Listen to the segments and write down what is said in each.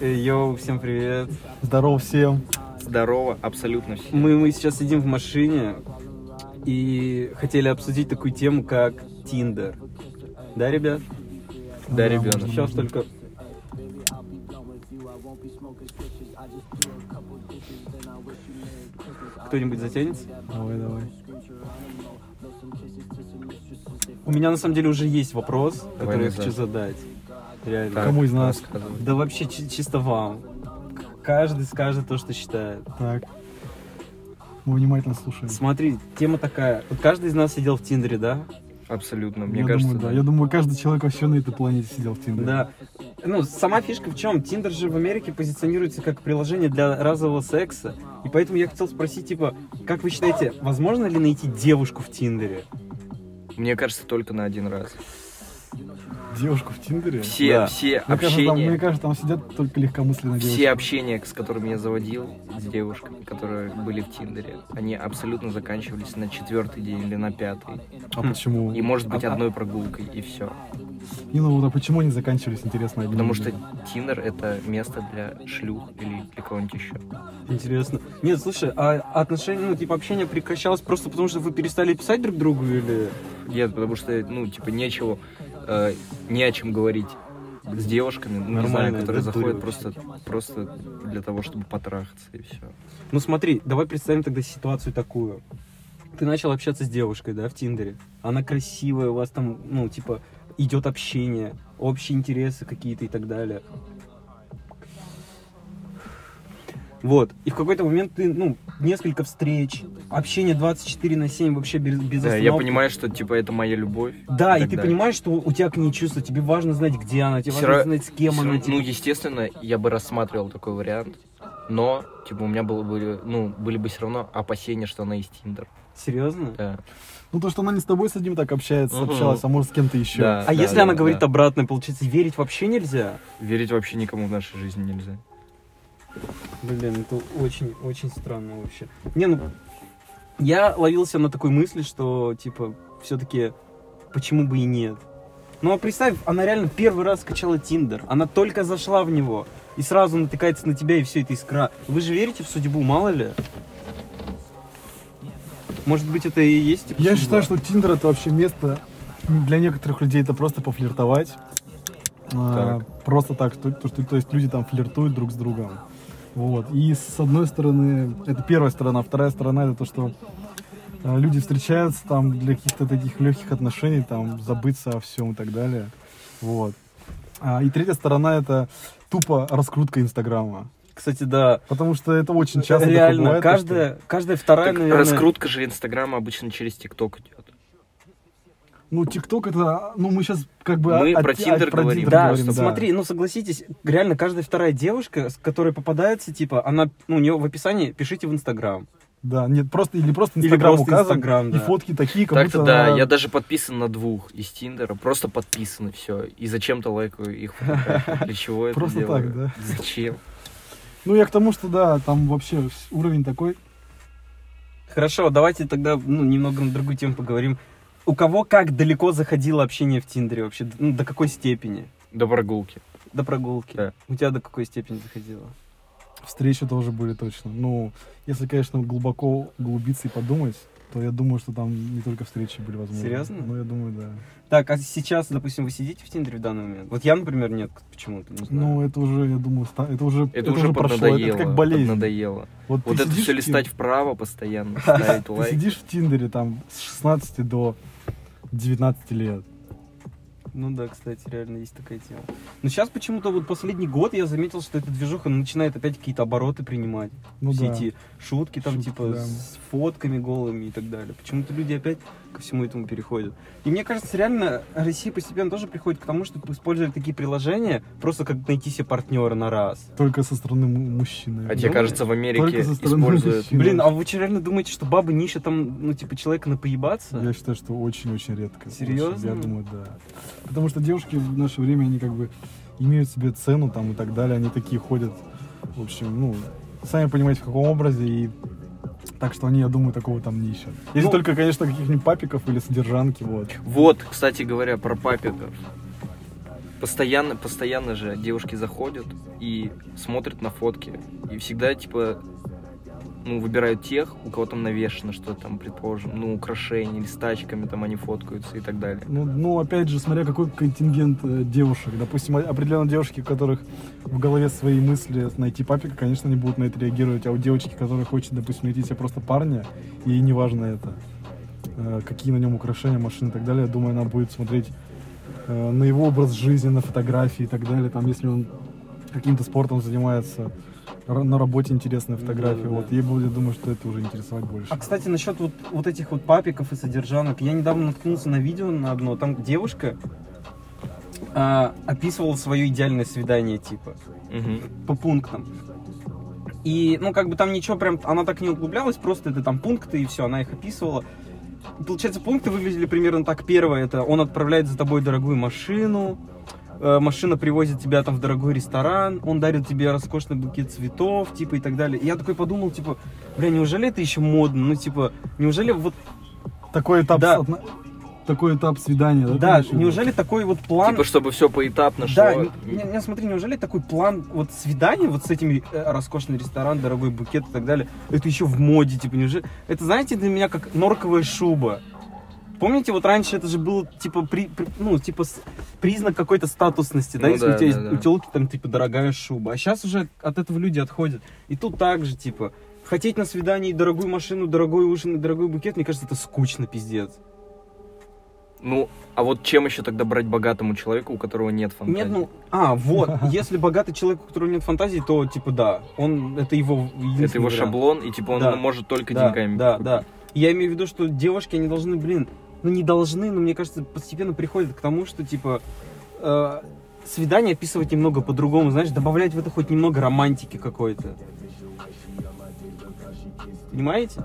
Йоу, всем привет. Здоров всем. Здорово, абсолютно Ну, все. Мы, мы сейчас сидим в машине и хотели обсудить такую тему, как Тиндер. Да, ребят? Да, ребенок. Сейчас только... Кто-нибудь затянется? Давай, давай. У меня на самом деле уже есть вопрос, который я назад. хочу задать. Реально. Так, Кому из нас? рассказывай. Да вообще чи- чисто вам. К- Каждый скажет то, что считает. Так. Мы внимательно слушаем. Смотри, тема такая. Вот каждый из нас сидел в Тиндере, да? Абсолютно, мне я кажется, думаю, да. да. Я думаю, каждый человек вообще на этой планете сидел в Тиндере. Да. Ну, сама фишка в чем? Тиндер же в Америке позиционируется как приложение для разового секса. И поэтому я хотел спросить, типа, как вы считаете, возможно ли найти девушку в Тиндере? Мне кажется, только на один раз. Девушку в Тиндере? Все, Да. все Мне кажется, там, мне общения, кажется, там сидят только легкомысленные девушки. все общения, с которыми я заводил с девушками, которые были в Тиндере, они абсолютно заканчивались на четвертый день или на пятый. А почему? И может быть одной прогулкой, и все. Не, ну вот, а почему они заканчивались, интересно? одним Потому что людям? Тиндер это место для шлюх или для кого-нибудь еще. Интересно. Нет, слушай, а отношения, ну, типа, общение прекращалось просто потому, что вы перестали писать друг другу или... Нет, потому что, ну, типа, нечего, э, не о чем говорить с девушками, ну, не знаю, Нормальная, которые да, заходят дура просто, просто для того, чтобы потрахаться, и все. Ну, смотри, давай представим тогда ситуацию такую. Ты начал общаться с девушкой, да, в Тиндере. Она красивая, у вас там, ну, типа, идет общение, общие интересы какие-то и так далее. Вот. И в какой-то момент ты, ну, несколько встреч, общение 24 на 7 вообще без, без Да, Э, я остановки. понимаю, что, типа, это моя любовь. Да, и так ты далее. понимаешь, что у тебя к ней чувства, тебе важно знать, где она, тебе Всё важно ра- знать, с кем Всё она. равно, типа. Ну, естественно, я бы рассматривал такой вариант, но, типа, у меня было бы, ну, были бы все равно опасения, что она из Тиндер. Серьезно? Да. Ну то, что она не с тобой с одним так общается, Мгм. общалась, а может с кем-то еще. Да. А если она да, говорит да. обратное, получается, верить вообще нельзя? Верить вообще никому в нашей жизни нельзя. Блин, это очень-очень странно вообще. Не, ну, я ловился на такой мысли, что, типа, все-таки, почему бы и нет? Ну, а представь, она реально первый раз скачала Тиндер, она только зашла в него, и сразу натыкается на тебя, и все это искра. Вы же верите в судьбу, мало ли? Может быть, это и есть, типа, Я судьба? считаю, что Тиндер это вообще место ну, для некоторых людей это просто пофлиртовать. А, просто так, то, то- то- то есть люди там флиртуют друг с другом. Вот. И с одной стороны, это первая сторона, а вторая сторона это то, что а, люди встречаются там для каких-то таких легких отношений, там забыться о всем и так далее. Вот. А, и третья сторона это тупо раскрутка Инстаграма. Кстати, да, Потому что это очень часто такое реально, бывает, то, что- каждая, каждая вторая, Так наверное... раскрутка же Инстаграма обычно через ТикТок идет. Ну, ТикТок это, ну, мы сейчас как бы... Мы о- про о- Тиндер говорим, Да, говорим, что- смотри, ну согласитесь, реально каждая вторая девушка, с которой попадается, типа, она, ну, у нее в описании пишите в Инстаграм. Да, нет, просто, или просто Или Инстаграм просто указан, Инстаграм, да. и фотки такие, как Так-то будто... да, она- я даже подписан на двух из Тиндера, просто подписан и все. И зачем-то лайкаю их фотографии. Для чего это Просто делаю? так, да. Зачем? Ну, я к тому, что да, там вообще вс- уровень такой. Хорошо, давайте тогда, ну, немного на другую тему поговорим. У кого как далеко заходило общение в Тиндере вообще? Ну, до какой степени? До прогулки. До прогулки. Да. У тебя до какой степени заходило? Встречи тоже были точно. Ну, если, конечно, глубоко углубиться и подумать, то я думаю, что там не только встречи были возможны. Серьезно? Ну, я думаю, да. Так, а сейчас, допустим, вы сидите в Тиндере в данный момент? Вот я, например, нет, почему-то, не знаю. Ну, это уже, я думаю, ста- это уже, Это, уже прошло, это- поднадоело. это как болезнь. поднадоело. Вот, ты Вот это сидишь все в Тин- листать вправо постоянно, ставить Ты лайк. сидишь в Тиндере там с 16 до 19 лет. Ну да, кстати, реально есть такая тема. Но сейчас почему-то вот последний год я заметил, что эта движуха начинает опять какие-то обороты принимать. Ну, все да. эти шутки там, Шутки, типа, да. с фотками голыми и так далее. Почему-то люди опять ко всему этому переходят. И мне кажется, реально Россия постепенно тоже приходит к тому, чтобы использовать такие приложения, просто как найти себе партнера на раз. Только со стороны му- мужчины. А тебе Ну, кажется, в Америке только со стороны используют... мужчин. Блин, а вы что, реально думаете, что бабы не ищут там, ну, типа, человека напоебаться? Ну, Я считаю, что очень-очень редко. Серьезно? Очень, я думаю, да. Потому что девушки в наше время, они как бы имеют себе цену там и так далее. Они такие ходят, в общем, ну, сами понимаете, в каком образе. И так что они, я думаю, такого там не ищут. Если Ну- только, конечно, каких-нибудь папиков или содержанки, вот. Вот, кстати говоря, про папиков. Постоянно, постоянно же девушки заходят и смотрят на фотки. И всегда, типа, ну, выбирают тех, у кого там навешено что-то там, предположим, ну, украшения или с тачками там они фоткаются и так далее. Ну, ну, опять же, смотря какой контингент э, девушек. Допустим, о- определенные девушки, у которых в голове свои мысли найти папика, конечно, не будут на это реагировать. А у девочки, которая хочет, допустим, найти себе просто парня, ей не важно это, э, какие на нем украшения, машины и так далее, я думаю, она будет смотреть э, на его образ жизни, на фотографии и так далее. Там, если он каким-то спортом занимается, ра- на работе интересные фотографии, Да-да-да. вот, ей будет, думаю, что это уже интересовать больше. А, кстати, насчет вот, вот этих вот папиков и содержанок. Я недавно наткнулся на видео на одно. Там девушка а, описывала свое идеальное свидание, типа, Мгм. по пунктам. И, ну, как бы там ничего прям... Она так не углублялась, просто это там пункты и все, она их описывала. И, получается, пункты выглядели примерно так. Первое, это он отправляет за тобой дорогую машину, э, машина привозит тебя там в дорогой ресторан, он дарит тебе роскошный букет цветов, типа, и так далее. И я такой подумал, типа, бля, неужели это еще модно? Ну, типа, неужели вот... Такой этап, Да. отно- такой этап свидания, да? Да, ты имеешь в виду? неужели такой вот план... Типа, чтобы все поэтапно шло. Да, не, не, смотри, неужели такой план вот свидания вот с этими э, роскошный ресторан, дорогой букет и так далее, это еще в моде, типа, неужели... Это, знаете, для меня как норковая шуба. Помните, вот раньше это же было, типа, при- при- ну, типа, с- признак какой-то статусности, да, Ну если да, у тебя да, есть- у да. телки там, типа, дорогая шуба. А сейчас уже от этого люди отходят. И тут так же, типа, хотеть на свидании дорогую машину, дорогой ужин и дорогой букет, мне кажется, это скучно, пиздец. Ну, а вот чем еще тогда брать богатому человеку, у которого нет фантазии? Нет, ну, а, вот, если богатый человек, у которого нет фантазии, то, типа, да, он, это его единственный Это его вариант. шаблон, и типа он Да. может только да, деньгами. Да, купить. да. Я имею в виду, что девушки, они должны, блин, ну, не должны, но, мне кажется, постепенно приходят к тому, что, типа, э, свидание описывать немного по-другому, знаешь, добавлять в это хоть немного романтики какой-то. Понимаете?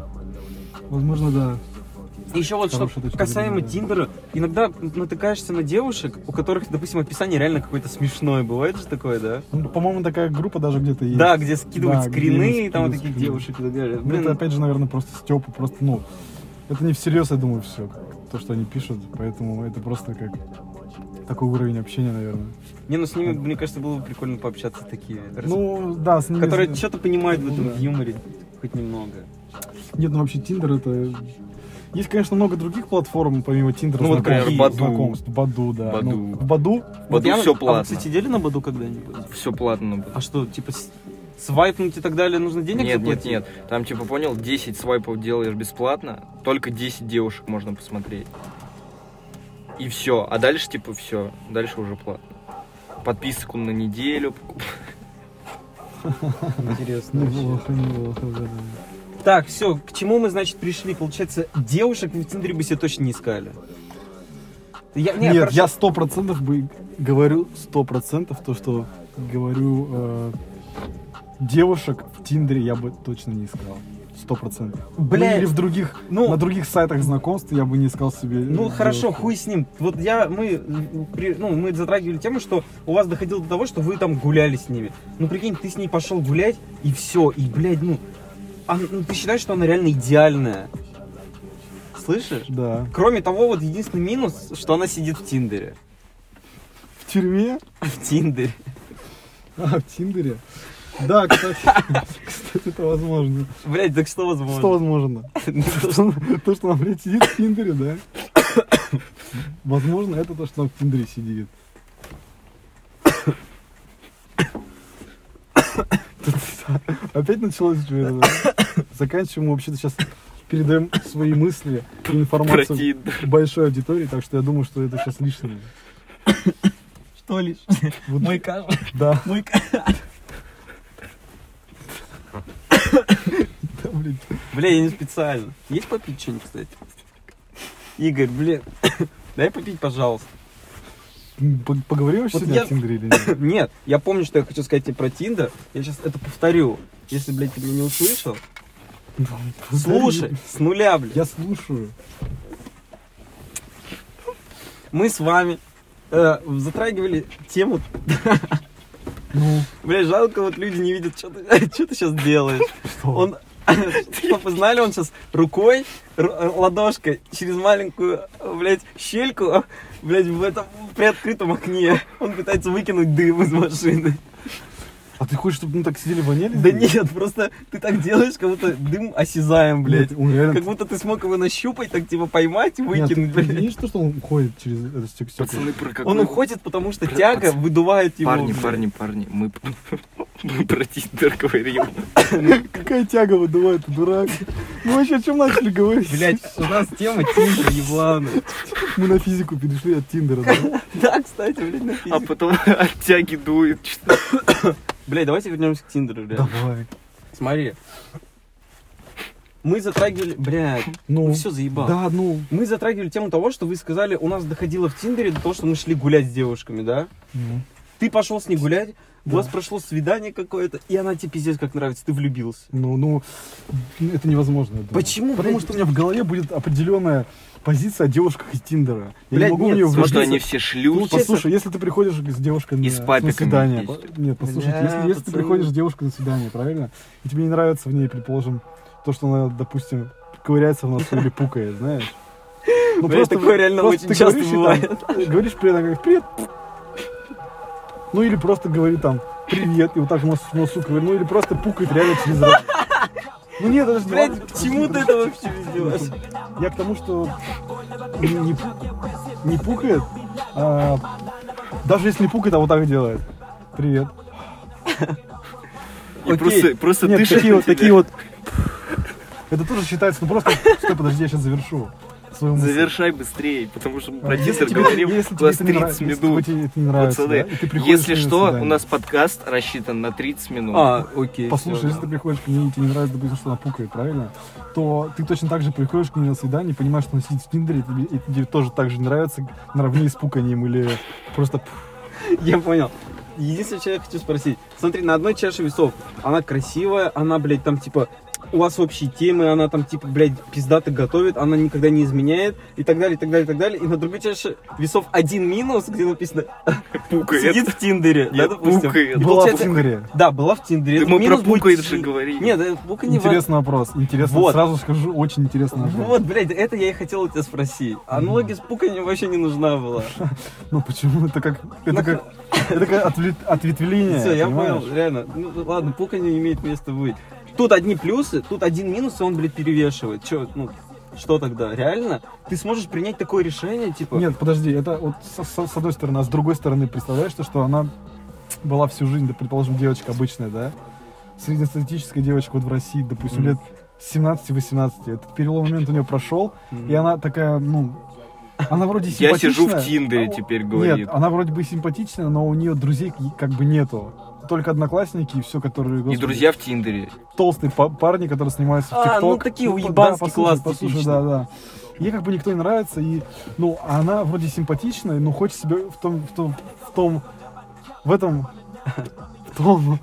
Возможно, да. Еще вот что Хорошая точка касаемо зрения, Тиндера, иногда натыкаешься на девушек, у которых, допустим, описание реально какое-то смешное. Бывает же такое, да? Ну, По-моему, такая группа даже где-то есть. Да, где скидывают Да, где скрины, именно там вот скидывают таких скрины. девушек и так далее. Ну, Блин, это опять же, наверное, просто Степа, просто, ну, это не всерьез, я думаю, все, то, что они пишут, поэтому это просто как такой уровень общения, наверное. не, ну с ними, мне кажется, было бы прикольно пообщаться такие. А. Ну, да, с ними... которые что-то понимают в Ну, этом да. юморе хоть немного. Нет, ну вообще Тиндер это... Есть, конечно, много других платформ, помимо Тиндера, Ну, вот, знакомств, например, Баду. знакомств. Баду, да. Баду. Ну, в Баду Вот я- все А вы, платно. кстати, сидели на Баду когда-нибудь? Все платно. А что, типа, с- свайпнуть и так далее нужно денег Нет, нет, заплатить? нет. Там типа понял, 10 свайпов делаешь бесплатно, только 10 девушек можно посмотреть. И все. А дальше типа все. Дальше уже платно. Подписку на неделю. покуп- Интересно. Ну, вообще. Волохов, не Волохов, да, да. Так, все, к чему мы, значит, пришли? Получается, девушек в Тиндере бы себе точно не искали. Я, не, Нет, хорошо. я сто процентов бы говорю сто процентов то, что говорю э, девушек в Тиндере я бы точно не искал. Сто процентов. Бля, Ну, или в других, ну- на других сайтах знакомств я бы не искал себе. э, Ну девушку. хорошо, хуй с ним. Вот я, мы, при- ну, мы затрагивали тему, что у вас доходило до того, что вы там гуляли с ними. Ну прикинь, ты с ней пошел гулять, и все, и, блядь, ну, она- ну, ты считаешь, что она реально идеальная? Слышишь? Да. Кроме того, вот единственный минус, что она сидит в Тиндере. В тюрьме? В Тиндере. А, в Тиндере? Да, кстати. Кстати, это возможно. Блядь, так что возможно? Что возможно? То, то, что она, блядь, сидит в Тиндере, да? Возможно, это то, что она в Тиндере сидит. Тут Опять началось у тебя это, да? Заканчиваем, мы вообще-то сейчас передаем свои мысли и информацию Противно. большой аудитории, так что я думаю, что это сейчас лишнее. Что лишь? Вот, каш, Да, мой да, блядь. Бля, я не специально. Есть попить что-нибудь, кстати? Игорь, блин, дай попить, пожалуйста. П- Поговорим вообще Вот сегодня я- о Тиндере или нет? Нет, я помню, что я хочу сказать тебе про Тиндер. Я сейчас это повторю. Если, блядь, ты меня не услышал, слушай, с нуля, блядь. Я слушаю. Мы с вами э, затрагивали тему. Ну, Бля, жалко, вот люди не видят, что ты, что ты сейчас делаешь. что? Он Чтоб вы знали, он сейчас рукой, р- э, ладошкой, через маленькую, блядь, щельку, блядь, в этом приоткрытом окне. Он пытается выкинуть дым из машины. А ты хочешь, чтобы мы так сидели воняли? Да нет, просто ты так делаешь, как будто дым осязаем, блядь. он реально... Как будто ты смог его нащупать, так типа поймать и Нет, выкинуть, ты блядь. видишь то, что он уходит через это стек- стекло? Пацаны, про какой... Он уходит, потому что Бля, тяга пацаны, выдувает его. Парни, блядь. парни, парни, мы, мы про Тиндер говорим. а Какая тяга выдувает, ты дурак? Мы вообще о чем начали говорить? Блядь, у нас тема Тиндер, ебланы. Мы на физику перешли от Тиндера, да? Да, кстати, блядь, на А физику. потом от тяги дует. что- Блядь, давайте вернемся к Тиндеру, блядь. Давай. Смотри. Мы затрагивали... Блядь, Ну, все заебал. да, ну, Мы затрагивали тему того, что вы сказали, у нас доходило в Тиндере до того, что мы шли гулять с девушками, да? ну, Ты пошел с ней гулять, у Да. вас прошло свидание какое-то, и она тебе пиздец как нравится, ты влюбился. ну, ну, это невозможно. я думаю. Почему, Потому блядь? что у меня в голове будет определенная позиция о девушках из Тиндера. Я не Блядь, могу в нет, нее смотри, Может, влюбиться. они все шлют? получается- Ну, Послушай, если ты приходишь с девушкой И на, с на папиками свидание... есть. по- Нет, послушайте, Бля, если, если ты пацаны. приходишь с девушкой на свидание, правильно? И тебе не нравится в ней, предположим, то, что она, допустим, ковыряется в носу или пукает, знаешь? Ну, Бля, такое реально очень ты часто говоришь, и там- говоришь при этом, как «Привет!» Ну, или просто говори там «Привет!» и вот так в нос- в носу ковыряет. Ну, или просто пукает реально через раз. Ну, нет, это же не важно. Блядь, к чему ты это вообще ведешь? Я к тому, что не, не пу- не пукает, а даже если не пукает, а вот так делает. Привет. И Окей. просто, просто Нет, дышит такие на вот, тебя. такие вот. Это тоже считается, ну просто, стой, подожди, я сейчас завершу свою мысль. Завершай быстрее, потому что мы про А, если Тиндер тебе- говорим если тебе у нас это не 30 нравится, если тебе минут. это не нравится, Пацаны, да, и ты приходишь Если на что, свидание. у нас подкаст рассчитан на 30 минут. А, окей. Послушай, всё, если да. ты приходишь к ней, и тебе не нравится, допустим, что она пукает, правильно? То ты точно так же приходишь к ней на свидание, понимаешь, что она сидит в Тиндере, и тебе, и тебе тоже так же нравится, наравне с пуканием, или просто пф, Я понял. Единственное, что я хочу спросить. Смотри, на одной чаше весов она красивая, она, блядь, там, типа, у вас общие темы, она там, типа, блядь, пиздато готовит, она никогда не изменяет, и так далее, и так далее, и так далее. И на другой чаше весов один минус, где написано пукает. «сидит в Тиндере», да, Нет, допустим. И пукает. Была была в получается- Тиндере. Да, была в Тиндере. Ты Этот мы про минус будет пукает жи- же говорили. Нет, да, пука не важно. Интересный вопрос. Интересно, Вот. сразу скажу, очень интересный вопрос. Вот, блядь, это я и хотел у тебя спросить. Аналогия с пуканием вообще не нужна была. Ну почему? Это как, это как, это как отве- ответвление. Все, Ну, я понимаешь? понял, реально. Ну ладно, пуканье имеет место быть. Тут одни плюсы, тут один минус, и он, блядь, перевешивает. Че, ну, что тогда? Реально? Ты сможешь принять такое решение, типа... Нет, подожди, это вот с, с- с одной стороны, а с другой стороны, представляешь, то, что она была всю жизнь, да, предположим, девочка обычная, да? Среднестатистическая девочка вот в России, допустим, Мгм. лет 17-18. Этот перелом момент у нее прошел, Мгм. и она такая, ну, она вроде Я симпатичная. сижу в Тиндере а, теперь, Нет, говорит. она вроде бы симпатичная, но у нее друзей как бы нету. Только одноклассники и все, которые... И господи, друзья в Тиндере. толстые па- парни, которые снимаются в А, TikTok. ну, такие по- уебанский послушай, класс Послушай, типичный. да, да. Ей как бы никто не нравится, и, ну, а она вроде симпатичная, но хочет себя в том, в том, в том, в этом, в том,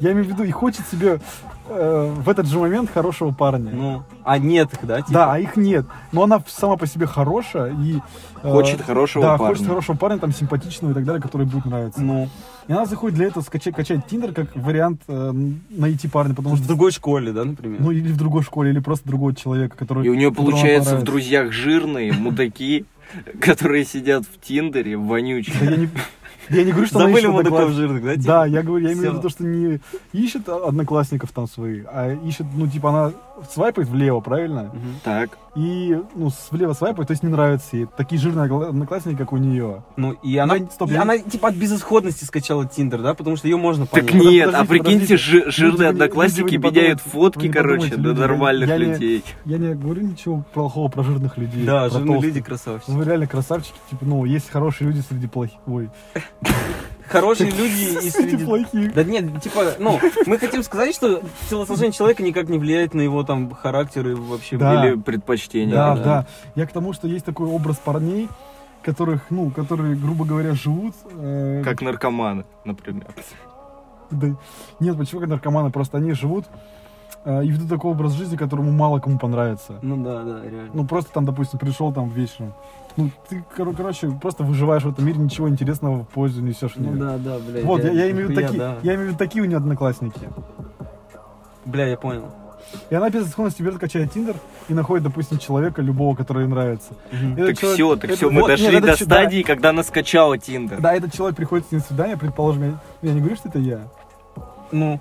я имею в виду, и хочет себе э, в этот же момент хорошего парня. Ну, а нет их, да, типа? да, а их нет. Но она сама по себе хорошая и... э, Хочет хорошего да, парня. хочет хорошего парня, там, симпатичного и так далее, который будет нравиться. Ну, И она заходит для этого скачать, качать Тиндер как вариант э, найти парня, потому в что другой школе, да, например? ну или в другой школе, или просто другого человека, который... И у нее которому получается в понравится. друзьях жирные мудаки, которые сидят в Тиндере, Да вонючие. я не, я не говорю, что она Забыли ищет мудаков однокласс- жирных, да, типа? Да, я говорю, я имею в Всё. виду то, что не ищет одноклассников там своих, а ищет, ну, типа, она свайпает влево, правильно? Мгм. Так, И, ну, с- влево свайпает, то есть не нравится ей. Такие жирные огла- одноклассники, как у нее. Ну, и она, Ну, стоп, и я- она, типа, от безысходности скачала Тиндер, да, потому что ее можно понять. так нет, а подождите, прикиньте, жи- Люди, жирные вы не одноклассники подумайте, меняют вы не фотки, короче, подумайте, на люди, я- нормальных я не- людей. Я не говорю ничего плохого про жирных людей. Да, жирные про толстых. Ну, люди красавчики. Вы реально красавчики, типа, ну, есть хорошие люди среди плохих. Ой, Хорошие люди и среди среди плохих. Да нет, типа, ну, мы хотим сказать, что телосложение человека никак не влияет на его там характер и вообще. Да. Или предпочтения. Да, да. Я к тому, что есть такой образ парней, которых, ну, которые, грубо говоря, живут. э, Как наркоманы, например. да- нет, почему как наркоманы? Просто они живут э, и ведут такой образ жизни, которому мало кому понравится. Ну да, да, реально. Ну, просто там, допустим, пришел там вечером. Ну, ты, коро- короче, просто выживаешь в этом мире, ничего интересного в пользу несешь. Ну нет. да, да, блядь. Вот, я, реально, я имею в виду нихуя, такие, да. я имею в виду такие у нее одноклассники. Бля, я понял. И она без исходности берет, качает Тиндер и находит, допустим, человека любого, который ей нравится. Этот человек- Так все, так этот- все, мы вот, нет, дошли этот до чё- да, стадии, когда она скачала Тиндер. Да, этот человек приходит с ней на свидание, предположим, я, я не говорю, что это я. Ну,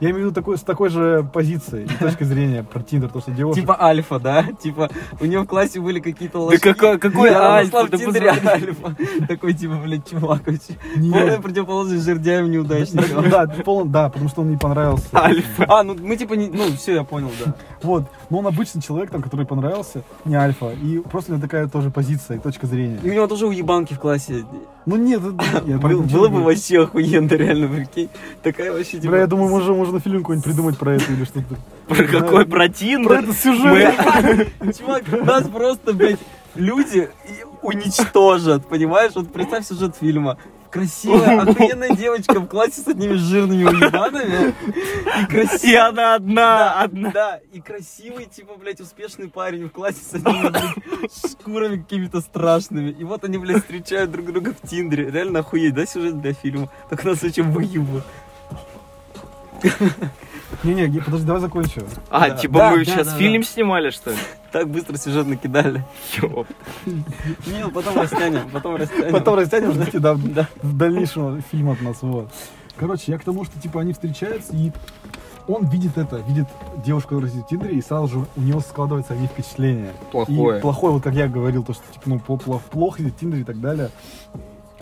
Я имею в виду такой, с такой же позиции и точки зрения про Тиндер, то, что девушка... типа альфа, да? Типа, у нее в классе были какие-то Да лошади. какой, какой Да, она нашла альфа, в да Тиндере позвони. альфа. Такой, типа, блядь, чувак вообще. Полная не, противоположность жердяем неудачникам. да, полно- да, потому что он не понравился. Альфа. А, ну мы типа не... Ну, все, я понял, да. Вот, но он обычный человек, там, который понравился, не альфа, и просто у него такая тоже позиция и точка И зрения. у него тоже уебанки в классе. Ну нет, это- я Было, поэтому было ничего не бы говорю. вообще охуенно, реально, прикинь. Такая вообще типа... Бля, я думаю, можно, можно фильм какой-нибудь придумать про это или что-то. Про какой, про Про Тиндер? этот сюжет. Чувак, нас просто, блядь, люди и- уничтожат, понимаешь? Вот представь сюжет фильма. Красивая, охуенная девочка в классе с одними жирными уебанами. И И красивый... она одна, одна. Да, и красивый, типа, блядь, успешный парень в классе с одними, блядь, шкурами какими-то страшными. И вот они, блядь, встречают друг друга в Тиндере. Реально охуеть, да, сюжет для фильма? Так нас очень выебут. Не-не, Ге- подожди, давай закончу. А, Да. типа Да, мы да, да, сейчас да. фильм снимали, что ли? Так быстро сюжет накидали. Ёп. Не, ну потом растянем, потом растянем. Потом растянем, ждите да, Да. в дальнейшем фильм от нас, вот. Короче, я к тому, что, типа, они встречаются, и он видит это, видит девушку, которая сидит в Тиндере, и сразу же у него складывается о ней впечатление. И Плохое. плохое, вот как я говорил, то, что типа, ну, пло- пло- плохо, и Тиндер и так далее.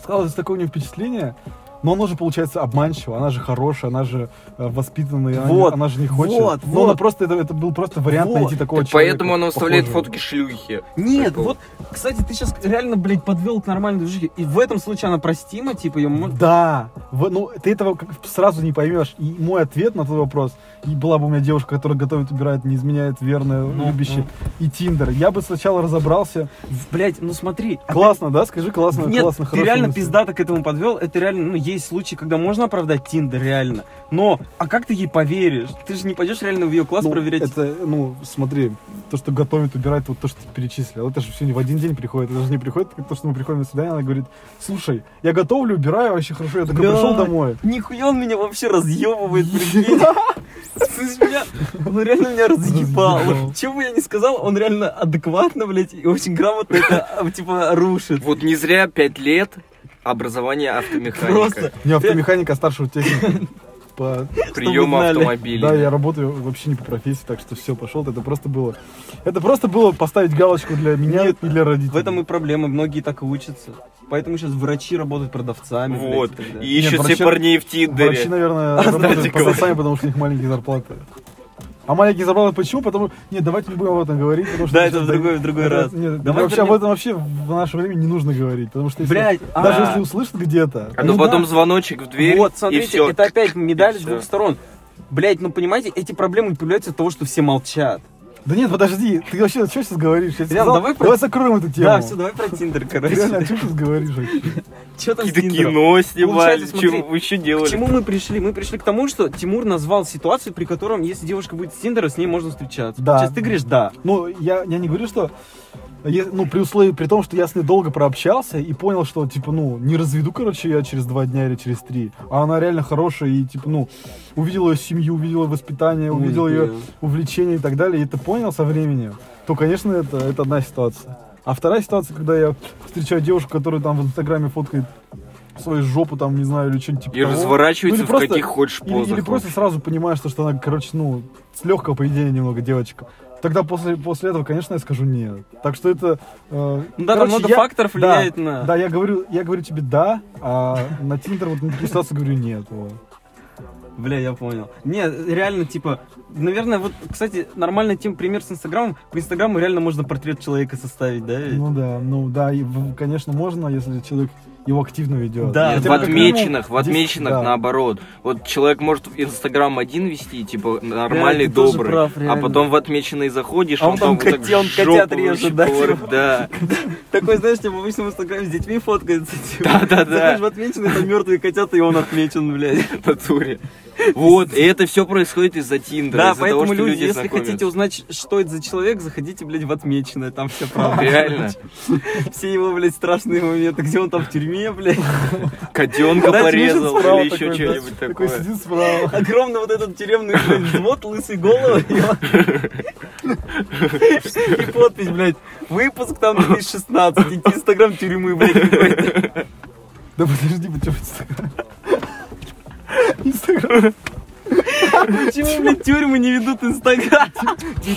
Складывается такое у нее впечатление, но оно же получается обманчиво, она же хорошая, она же э, воспитанная, она не- Вот, она, же не хочет. вот, но она вот. просто, это, это был просто вариант Вот. найти такого Так человека. Поэтому она выставляет похожего. фотки шлюхи. Нет, Прикол. вот, кстати, ты сейчас реально, блядь, подвел к нормальной движухе. И в этом случае она простима, типа, ее можно... Да, в- ну ты этого как сразу не поймешь. И мой ответ на твой вопрос, и была бы у меня девушка, которая готовит, убирает, не изменяет, верная, Ну, любящая, и Тиндер. Я бы сначала разобрался. Блядь, ну смотри. опять- Классно, да? Скажи, классно, Нет, классно, ты хорошая реально мысль. пиздато к этому подвел. Это реально, ну, есть случаи, когда можно оправдать Тиндер, реально. Но, а как ты ей поверишь? Ты же не пойдешь реально в ее класс Ну, проверять. Это, ну, смотри, то, что готовит, убирает, вот то, что ты перечислил, это же все не в один день приходит, это же не приходит, как то, что мы приходим на свидание, она говорит, слушай, я готовлю, убираю, вообще хорошо, я только Бля. пришел домой. Нихуя он меня вообще разъебывает, прикинь. Слышь, меня- Он реально меня разъебал. Разъебал. Чего бы я не сказал, он реально адекватно, блядь, и очень грамотно это, а, типа, рушит. Вот не зря пять лет образование автомеханика. Просто. Не автомеханика, а старшего техника. По- Приема знали. Да, я автомобилей. работаю вообще не по профессии, так что все, пошел, это просто было. Это просто было поставить галочку для меня Нет, и для родителей. В этом и проблема, многие так и учатся. Поэтому сейчас врачи работают продавцами. блядь, Вот. и так далее. И ищут врачи- себе парней в Врачи, Тиндере. наверное, знаете, работают кого? продавцами, потому что у них маленькие зарплаты. А маленькие зарплаты почему? Потому нет, давайте не будем об этом говорить, потому что Да, это в другой- в другой это- раз. Нет, Давай вообще вернем- об этом вообще в наше время не нужно говорить, потому что если- Блядь, даже а. если услышат где-то, А то Ну потом да. звоночек в дверь. Вот, и смотрите, все. это опять медаль с И двух всё. сторон. Блять, ну понимаете, эти проблемы появляются от того, что все молчат. да нет, подожди, ты вообще что сейчас говоришь? Я тебе Реально, сказал, давай давай, про- закроем эту тему. Да, все, давай про Тиндер, Реально, о короче. чем ты сейчас говоришь вообще? Че там с Какие-то Тиндером? кино снимали, Получается, смотри, чем вы еще К делали? чему мы пришли? Мы пришли к тому, что Тимур назвал ситуацию, при котором, если девушка будет с Тиндера, с ней можно встречаться. Да. Сейчас ты говоришь да. Ну, я, я не говорю, что... е- ну, при условии, при том, что я с ней долго прообщался и понял, что, типа, ну, не разведу, короче, я через два дня или через три. А она реально хорошая и, типа, ну, увидел ее семью, увидел ее воспитание, увидел Ой, ее блин. увлечение и так далее, и ты понял со временем, то, конечно, это, это одна ситуация. А вторая ситуация, когда я встречаю девушку, которая там в Инстаграме фоткает свою жопу, там, не знаю, или что-нибудь типа И того. разворачивается Ну, или в просто- каких хочешь Или, или позах. просто сразу понимаешь, то, что она, короче, ну, с легкого поведения немного девочка. Тогда после, после этого, конечно, я скажу нет. Так что это... э, Ну да, там короче, много я- факторов да, влияет на... Да, я говорю, я говорю тебе да, а на Тиндер вот на такие ситуации говорю нет. вот. Бля, я понял. Не, реально, типа, наверное, вот, кстати, нормальная тема, пример с Инстаграмом. По Инстаграму реально можно портрет человека составить, да? ведь? Ну да, ну да, и, в- конечно, можно, если человек его активно ведет. Да, Нет, Хотя в бы как отмеченных, в отмеченных наоборот. Вот человек может в Инстаграм один вести, типа нормальный, ты тоже добрый, прав, реально. а потом в отмеченные заходишь, А он там вот так коте- он жопу котят режет, вообще да, порет, да. Такой, знаешь, типа, обычно в Инстаграме с детьми фоткается. типа. Да-да-да. Заходишь в отмеченный, там мертвые котята, и он отмечен, блядь. натуре. Вот, и это все происходит из-за Тиндера. Да, из-за того, поэтому что люди, люди если знакомятся. хотите узнать, что это за человек, заходите, блядь, в отмеченное, там все правда. Реально. Все его, блядь, страшные моменты, где он там в тюрьме, блядь. Котенка Да, порезал Справа или еще такой, что-нибудь да, такое. Такой сидит справа. Огромный вот этот тюремный, блядь, взвод, лысый головы. И он- и подпись, блядь, выпуск там 2016, и инстаграм тюрьмы, блядь, какой-то. Да подожди, почему Инстаграм? Инстаграм. Почему, блядь, тюрьмы не ведут инстаграм?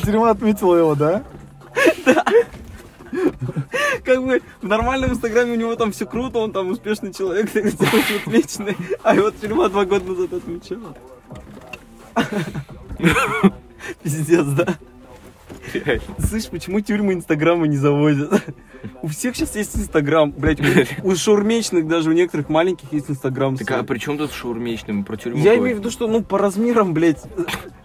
Тюрьма отметила его, да? Как бы в нормальном инстаграме у него там все круто, он там успешный человек, так сказать, отмеченный. А его тюрьма два года назад отмечала. Пиздец, да? Реально. Слышь, почему тюрьмы Инстаграма не завозят? У всех сейчас есть Инстаграм, блядь. У, у шаурмечных даже, у некоторых маленьких есть Инстаграм. Так свой. а при чем тут шаурмечный? Мы Про тюрьму Я говорим. имею в виду, что, ну, по размерам, блядь,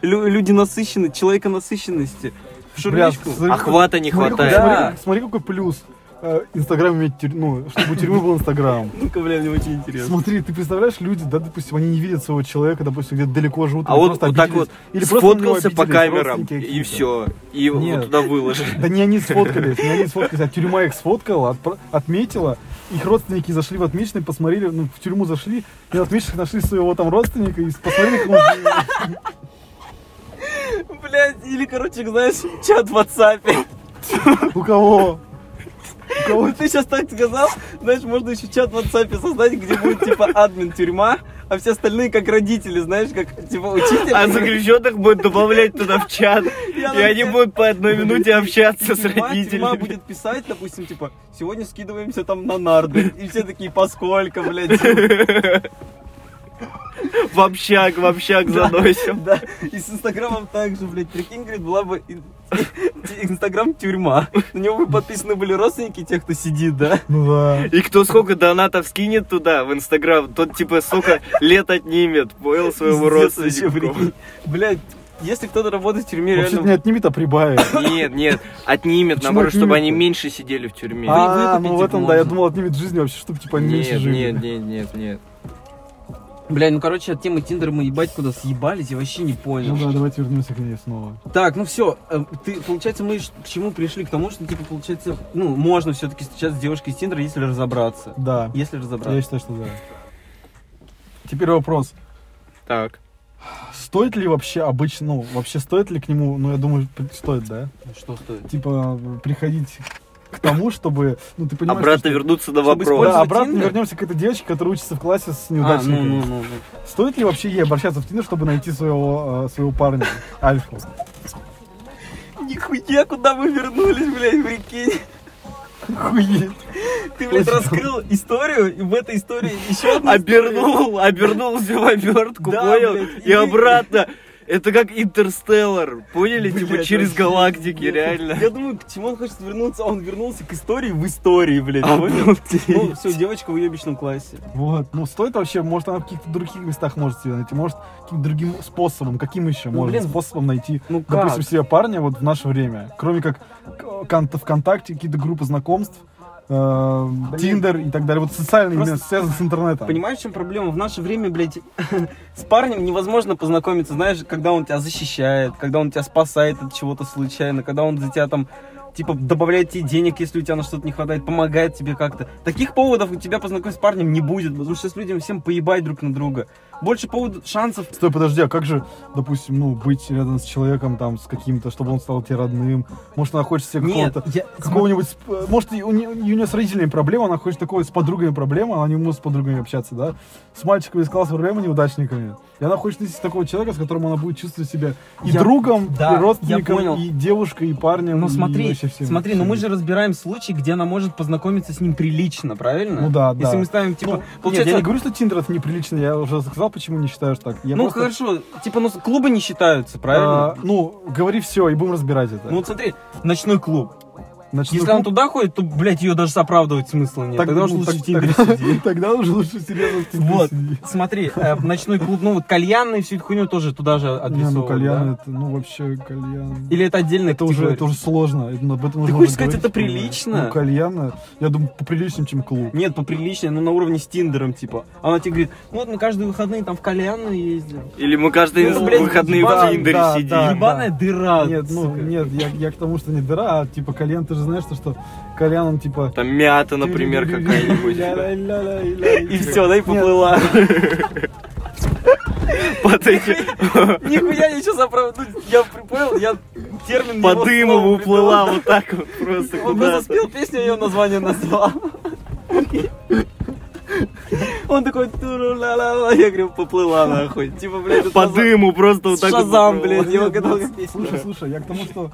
лю- люди насыщены, человека насыщенности. В Бля, шаурмечку. смотри, Охвата не смотри, какой- хватает. Да. смотри, Смотри, какой плюс. Э, Инстаграм иметь тюрь- ну, чтобы у тюрьмы был Инстаграм. Ну-ка, бля, мне очень интересно. Смотри, ты представляешь, люди, да, допустим, они не видят своего человека, допустим, где-то далеко живут, А или он просто вот так обиделись, вот или просто на него сфоткался по обиделись, камерам, родственники и какие-то. все. И Нет. вот туда выложили. Да не они сфоткались, не они сфоткались, а тюрьма их сфоткала, отпра- отметила. Их родственники зашли в отмеченный, посмотрели, ну, в тюрьму зашли, и в отмеченных нашли своего там родственника и посмотрели, как он живет. Блядь, или, короче, знаешь, чат в WhatsApp. у кого. У кого Вот ты сейчас так сказал, знаешь, можно еще чат в WhatsApp создать, где будет, типа, админ тюрьма, а все остальные как родители, знаешь, как, типа, учитель. А заключенных будут добавлять туда в чат. И Я на они всех- будут по одной минуте общаться с тюрьма, тюрьма родителями. будет писать, допустим, типа, сегодня скидываемся там на нарды. И все такие, поскольку, блядь. типа, В общак, в общак заносим. Да. И с Инстаграмом также, блядь. Прикинь, говорит, была бы ин- Инстаграм тюрьма. На него бы подписаны были родственники тех, кто сидит, да? Ну да. И кто сколько донатов скинет туда, в Инстаграм, тот типа сколько лет отнимет, понял своего Пиздец вообще, родственника. прикинь. Блядь, если кто-то работает в тюрьме, Вообще не реально... отнимет, а прибавит. Нет, нет, отнимет, Почему наоборот, чтобы они отнимет-то? меньше сидели в тюрьме. А, выкупить ну в их этом, да, я можно. думал, отнимет жизнь вообще, чтобы типа они меньше Нет, нет, жили. нет, нет, нет. Блядь, ну короче, от темы Тиндера мы ебать куда съебались, я вообще не понял. Ну да, давайте вернемся к ней снова. Так, ну все, ты, получается, мы ж- к чему пришли? К тому, что, типа, получается, ну, можно все-таки сейчас с девушкой из Тиндера, если разобраться. Да, Если я разобраться. считаю, что да. Теперь вопрос. Так. Стоит ли вообще обычно, ну, вообще стоит ли к нему, ну, я думаю, при- стоит, да? Что стоит? А, Типа, приходить к тому, чтобы, ну, ты понимаешь... Обратно что- вернуться до Чтобы Да, использовать- вопроса. обратно Tinder? вернемся к этой девочке, которая учится в классе с А, ну, неудачниками. ну, ну, ну. Стоит ли вообще ей обращаться в Тиндер, чтобы найти своего, э, своего парня, Альфу? ну. Нихуя, куда мы вернулись, блядь, прикинь. Охуеть. Ты, блядь, Очень раскрыл историю, и в этой истории еще одна Обернул, обернул все в обертку, Да, понял? блядь, И и- обратно. Это как интерстеллар, поняли? история. Типа Блядь, через вообще, галактики, нет. реально. Я думаю, к чему он хочет вернуться, а он вернулся к истории в истории, блядь, А, понял? Ну, Обалдеть. все, девочка в уебищном классе. Вот, ну стоит вообще, может она в каких-то других местах может себя найти, может каким-то другим способом, каким еще Ну, можно блин, способом найти, ну как? допустим, себе парня вот в наше время, кроме как к- кон- ВКонтакте, какие-то группы знакомств, э, Тиндер и так далее, вот социальные, Просто- именно связаны с интернетом. Понимаешь, в чем проблема? В наше время, блядь, с парнем невозможно познакомиться, знаешь, когда он тебя защищает, когда он тебя спасает от чего-то случайно, когда он за тебя там, типа, добавляет тебе денег, если у тебя на что-то не хватает, помогает тебе как-то. Таких поводов у тебя познакомиться с парнем не будет, потому что с людям всем поебать друг на друга. Больше поводов, шансов. Стой, подожди, а как же, допустим, ну, быть рядом с человеком, там, с каким-то, чтобы он стал тебе родным? Может, она хочет себе Нет, какого-то... я- Какого-нибудь... сп- э, Может, и у не- у нее, с родителями проблема, она хочет такого с подругами проблема, она не может с подругами общаться, да? С мальчиками из класса проблема, неудачниками. И она хочет найти такого человека, с которым она будет чувствовать себя и Я- другом, да, и родственником, я понял. и девушкой, и парнем, Ну и смотри, вообще всем. смотри, но мы же разбираем случай, где она может познакомиться с ним прилично, правильно? Ну да, Если да. мы ставим, типа, Ну, получается, Нет, я не говорю, что Тиндер это неприлично, я уже сказал, почему не считаю, что так. Я ну просто, хорошо, типа, ну клубы не считаются, а, правильно? ну, говори все, и будем разбирать это. Ну вот смотри, ночной клуб. Значит, Если ну, она туда ходит, то, блядь, ее даже оправдывать смысла нет. так- Тогда уж ну, лучше так- в Тиндере тогда- сиди. Тогда уже лучше серьезно в Тиндере Вот. сиди. ну, Смотри, э, ночной клуб, ну вот кальянный, всю эту хуйню тоже туда же Не, адресован. ну кальян, да? это, ну вообще кальян. Или это отдельно Это уже, это уже сложно. это- об этом нужно хочешь сказать, говорить, это что ли? прилично? Ну, кальян, я думаю, поприличнее, чем клуб. Нет, поприличнее, но на уровне с Тиндером, типа. Она тебе говорит, ну вот мы каждые выходные там в кальянную ездим. Или мы каждые Ну, блядь, выходные да, в Тиндере да, сидим. А, да. Ебаная дыра, Нет, ну, сука. нет, я, я к тому, что не дыра, а типа кальян, ты же знаешь, что, что кальян, он типа... Там мята, например, какая-нибудь. да. И И все, да, и поплыла. Под эти- Нихуя ничего заправду. Я припонял, я термин По его дыму слова уплыла придумал. вот так вот просто Он просто куда-то. спел песню, ее название назвал. Он такой, «Туру-ла-ла-ла». я говорю, поплыла нахуй. Типа, блядь, это По название- дыму просто вот так вот Шазам, уплыла. блядь, его Нет, ну, готовы песня. Слушай, слушай, я к тому, что...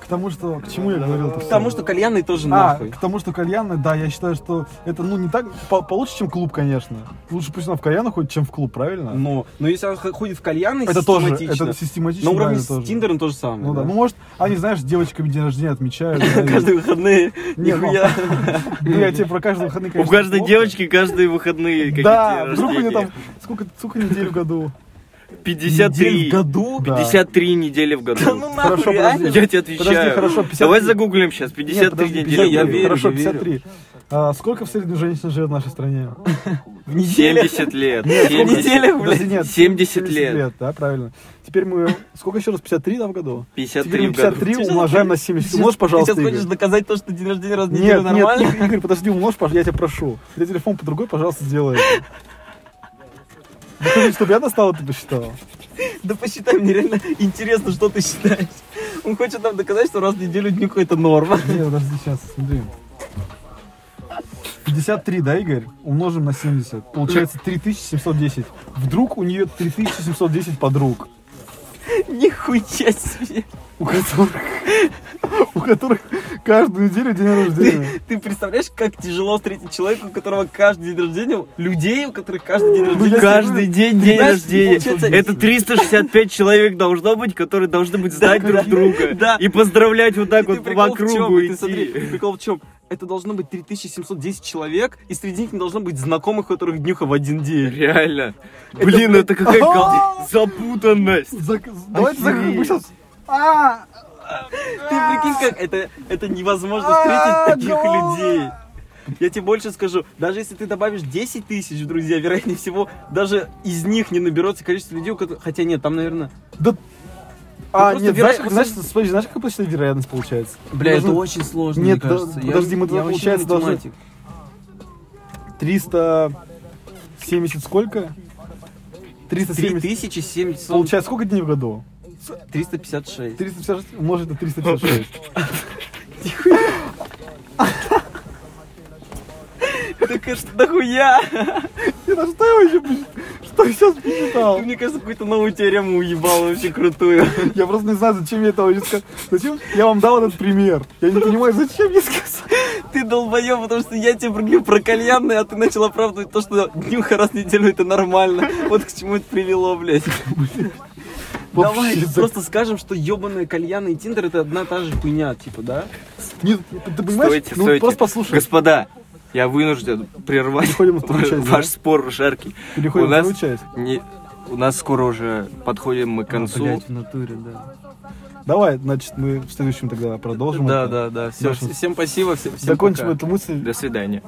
К тому, что... К чему я говорил? К тому, что кальянный тоже А, нахуй. к тому, что кальяны, да, я считаю, что это, ну, не так, по- получше, чем клуб, конечно. Лучше пусть она в кальяну ходит, чем в клуб, правильно? Но, но если она х- ходит в кальянный, это тоже, систематично, это систематично. на уровне да, с это тоже. Тиндером то же самое. Ну да, ну может, они, знаешь, девочками день рождения отмечают. Каждые выходные, Не, ну, нихуя. Ну, я тебе про каждый выходный, У конечно, каждой плохо. девочки каждые выходные какие-то Да, дни вдруг у нее рождения. там, сколько, сколько недель в году? Недель 53. в году? Да. 53 недели в Да году. ну нахуй, Хорошо, реально? подожди. Я тебе Подожди, отвечаю. хорошо, 50. Давай загуглим сейчас. 53 подожди, недели. в я году. верю, Хорошо, я верю. 53. А, сколько в среднем женщин живет в нашей стране? В неделю? 70 лет. В 70, неделю, Подожди, блядь? нет, 70 лет. Да, правильно. Теперь мы... Сколько еще раз? 53 там в году? Теперь 53 мы в году. 53 умножаем на 70. Умножь, Ты пожалуйста, сейчас хочешь Игорь. доказать то, что день рождения раз в неделю Нет, нет, нормально? Игорь, Игорь, подожди, умножь, пож- я тебя прошу. Я телефон по другой, пожалуйста, сделай это. Ну, ты, чтобы я достал, ты посчитал. Да посчитай, мне реально интересно, что ты считаешь. Он хочет нам доказать, что раз в неделю днюха это норма. Нет, подожди, сейчас, смотри. 53, да, Игорь? Умножим на 70. Получается 3710. Вдруг у нее 3710 подруг, Нихуя себе. у которых, у которых каждую неделю день рождения. Ты представляешь, как тяжело встретить человека, у которого каждый день рождения, людей, у которых каждый день Ну, рождения. я Каждый тебе- день день знаешь, рождения. получается- Это 365 человек должно быть, которые должны быть знать друг друг да. друга. И поздравлять вот так И ты вот прикол по в чём? кругу Ты смотри, идти. прикол в чем? Это должно быть 3710 человек, и среди них не должно быть знакомых, у которых днюха в один день. Реально. Блин, это какая гал- запутанность. Зак- Давайте закрыть. мы сейчас- Ты прикинь, как это, это невозможно встретить таких людей. Я тебе больше скажу, даже если ты добавишь 10 тысяч, друзья, вероятнее всего, даже из них не наберется количество людей, у которых- Хотя нет, там, наверное... Да... А, Ну, просто нет, веро- знаешь, как- знаешь, смотри, знаешь, как посчитать вероятность получается? Бля, Мы это должны- очень сложно, Нет, мне да- кажется. подожди, мы, вообще не получается, должны- математик. 370 сколько? 370. 3700... Получается, сколько дней в году? 356. 356 умножить на 356. Так это что, дохуя? Нет, а что я вообще пос- Что я сейчас Ты, посчитал? Мне кажется, какую-то новую теорему уебал вообще крутую. Я просто не знаю, зачем я это вообще сказал. Зачем я вам дал этот пример? Я не понимаю, зачем я сказал. Ты долбоёб, потому что я тебе говорю про кальянные, а ты начал оправдывать то, что днюха раз в неделю это нормально. Вот к чему это привело, блядь. Давай Вообще, за- просто скажем, что ёбаные кальяны и тиндер это одна та же хуйня, типа, да? Нет, ты понимаешь? Стойте, Ну, стойте. Просто послушай. Господа, я вынужден прервать Переходим на вторую ваш, часть, да? ваш спор жаркий. Переходим у в нас- вторую часть. Не- у нас скоро уже подходим мы к концу. Блядь, в натуре, да. Давай, значит, мы в следующем тогда продолжим. Да, это. да, да. Все, Даша, всем спасибо, всем, всем Закончим пока. эту мысль. До свидания.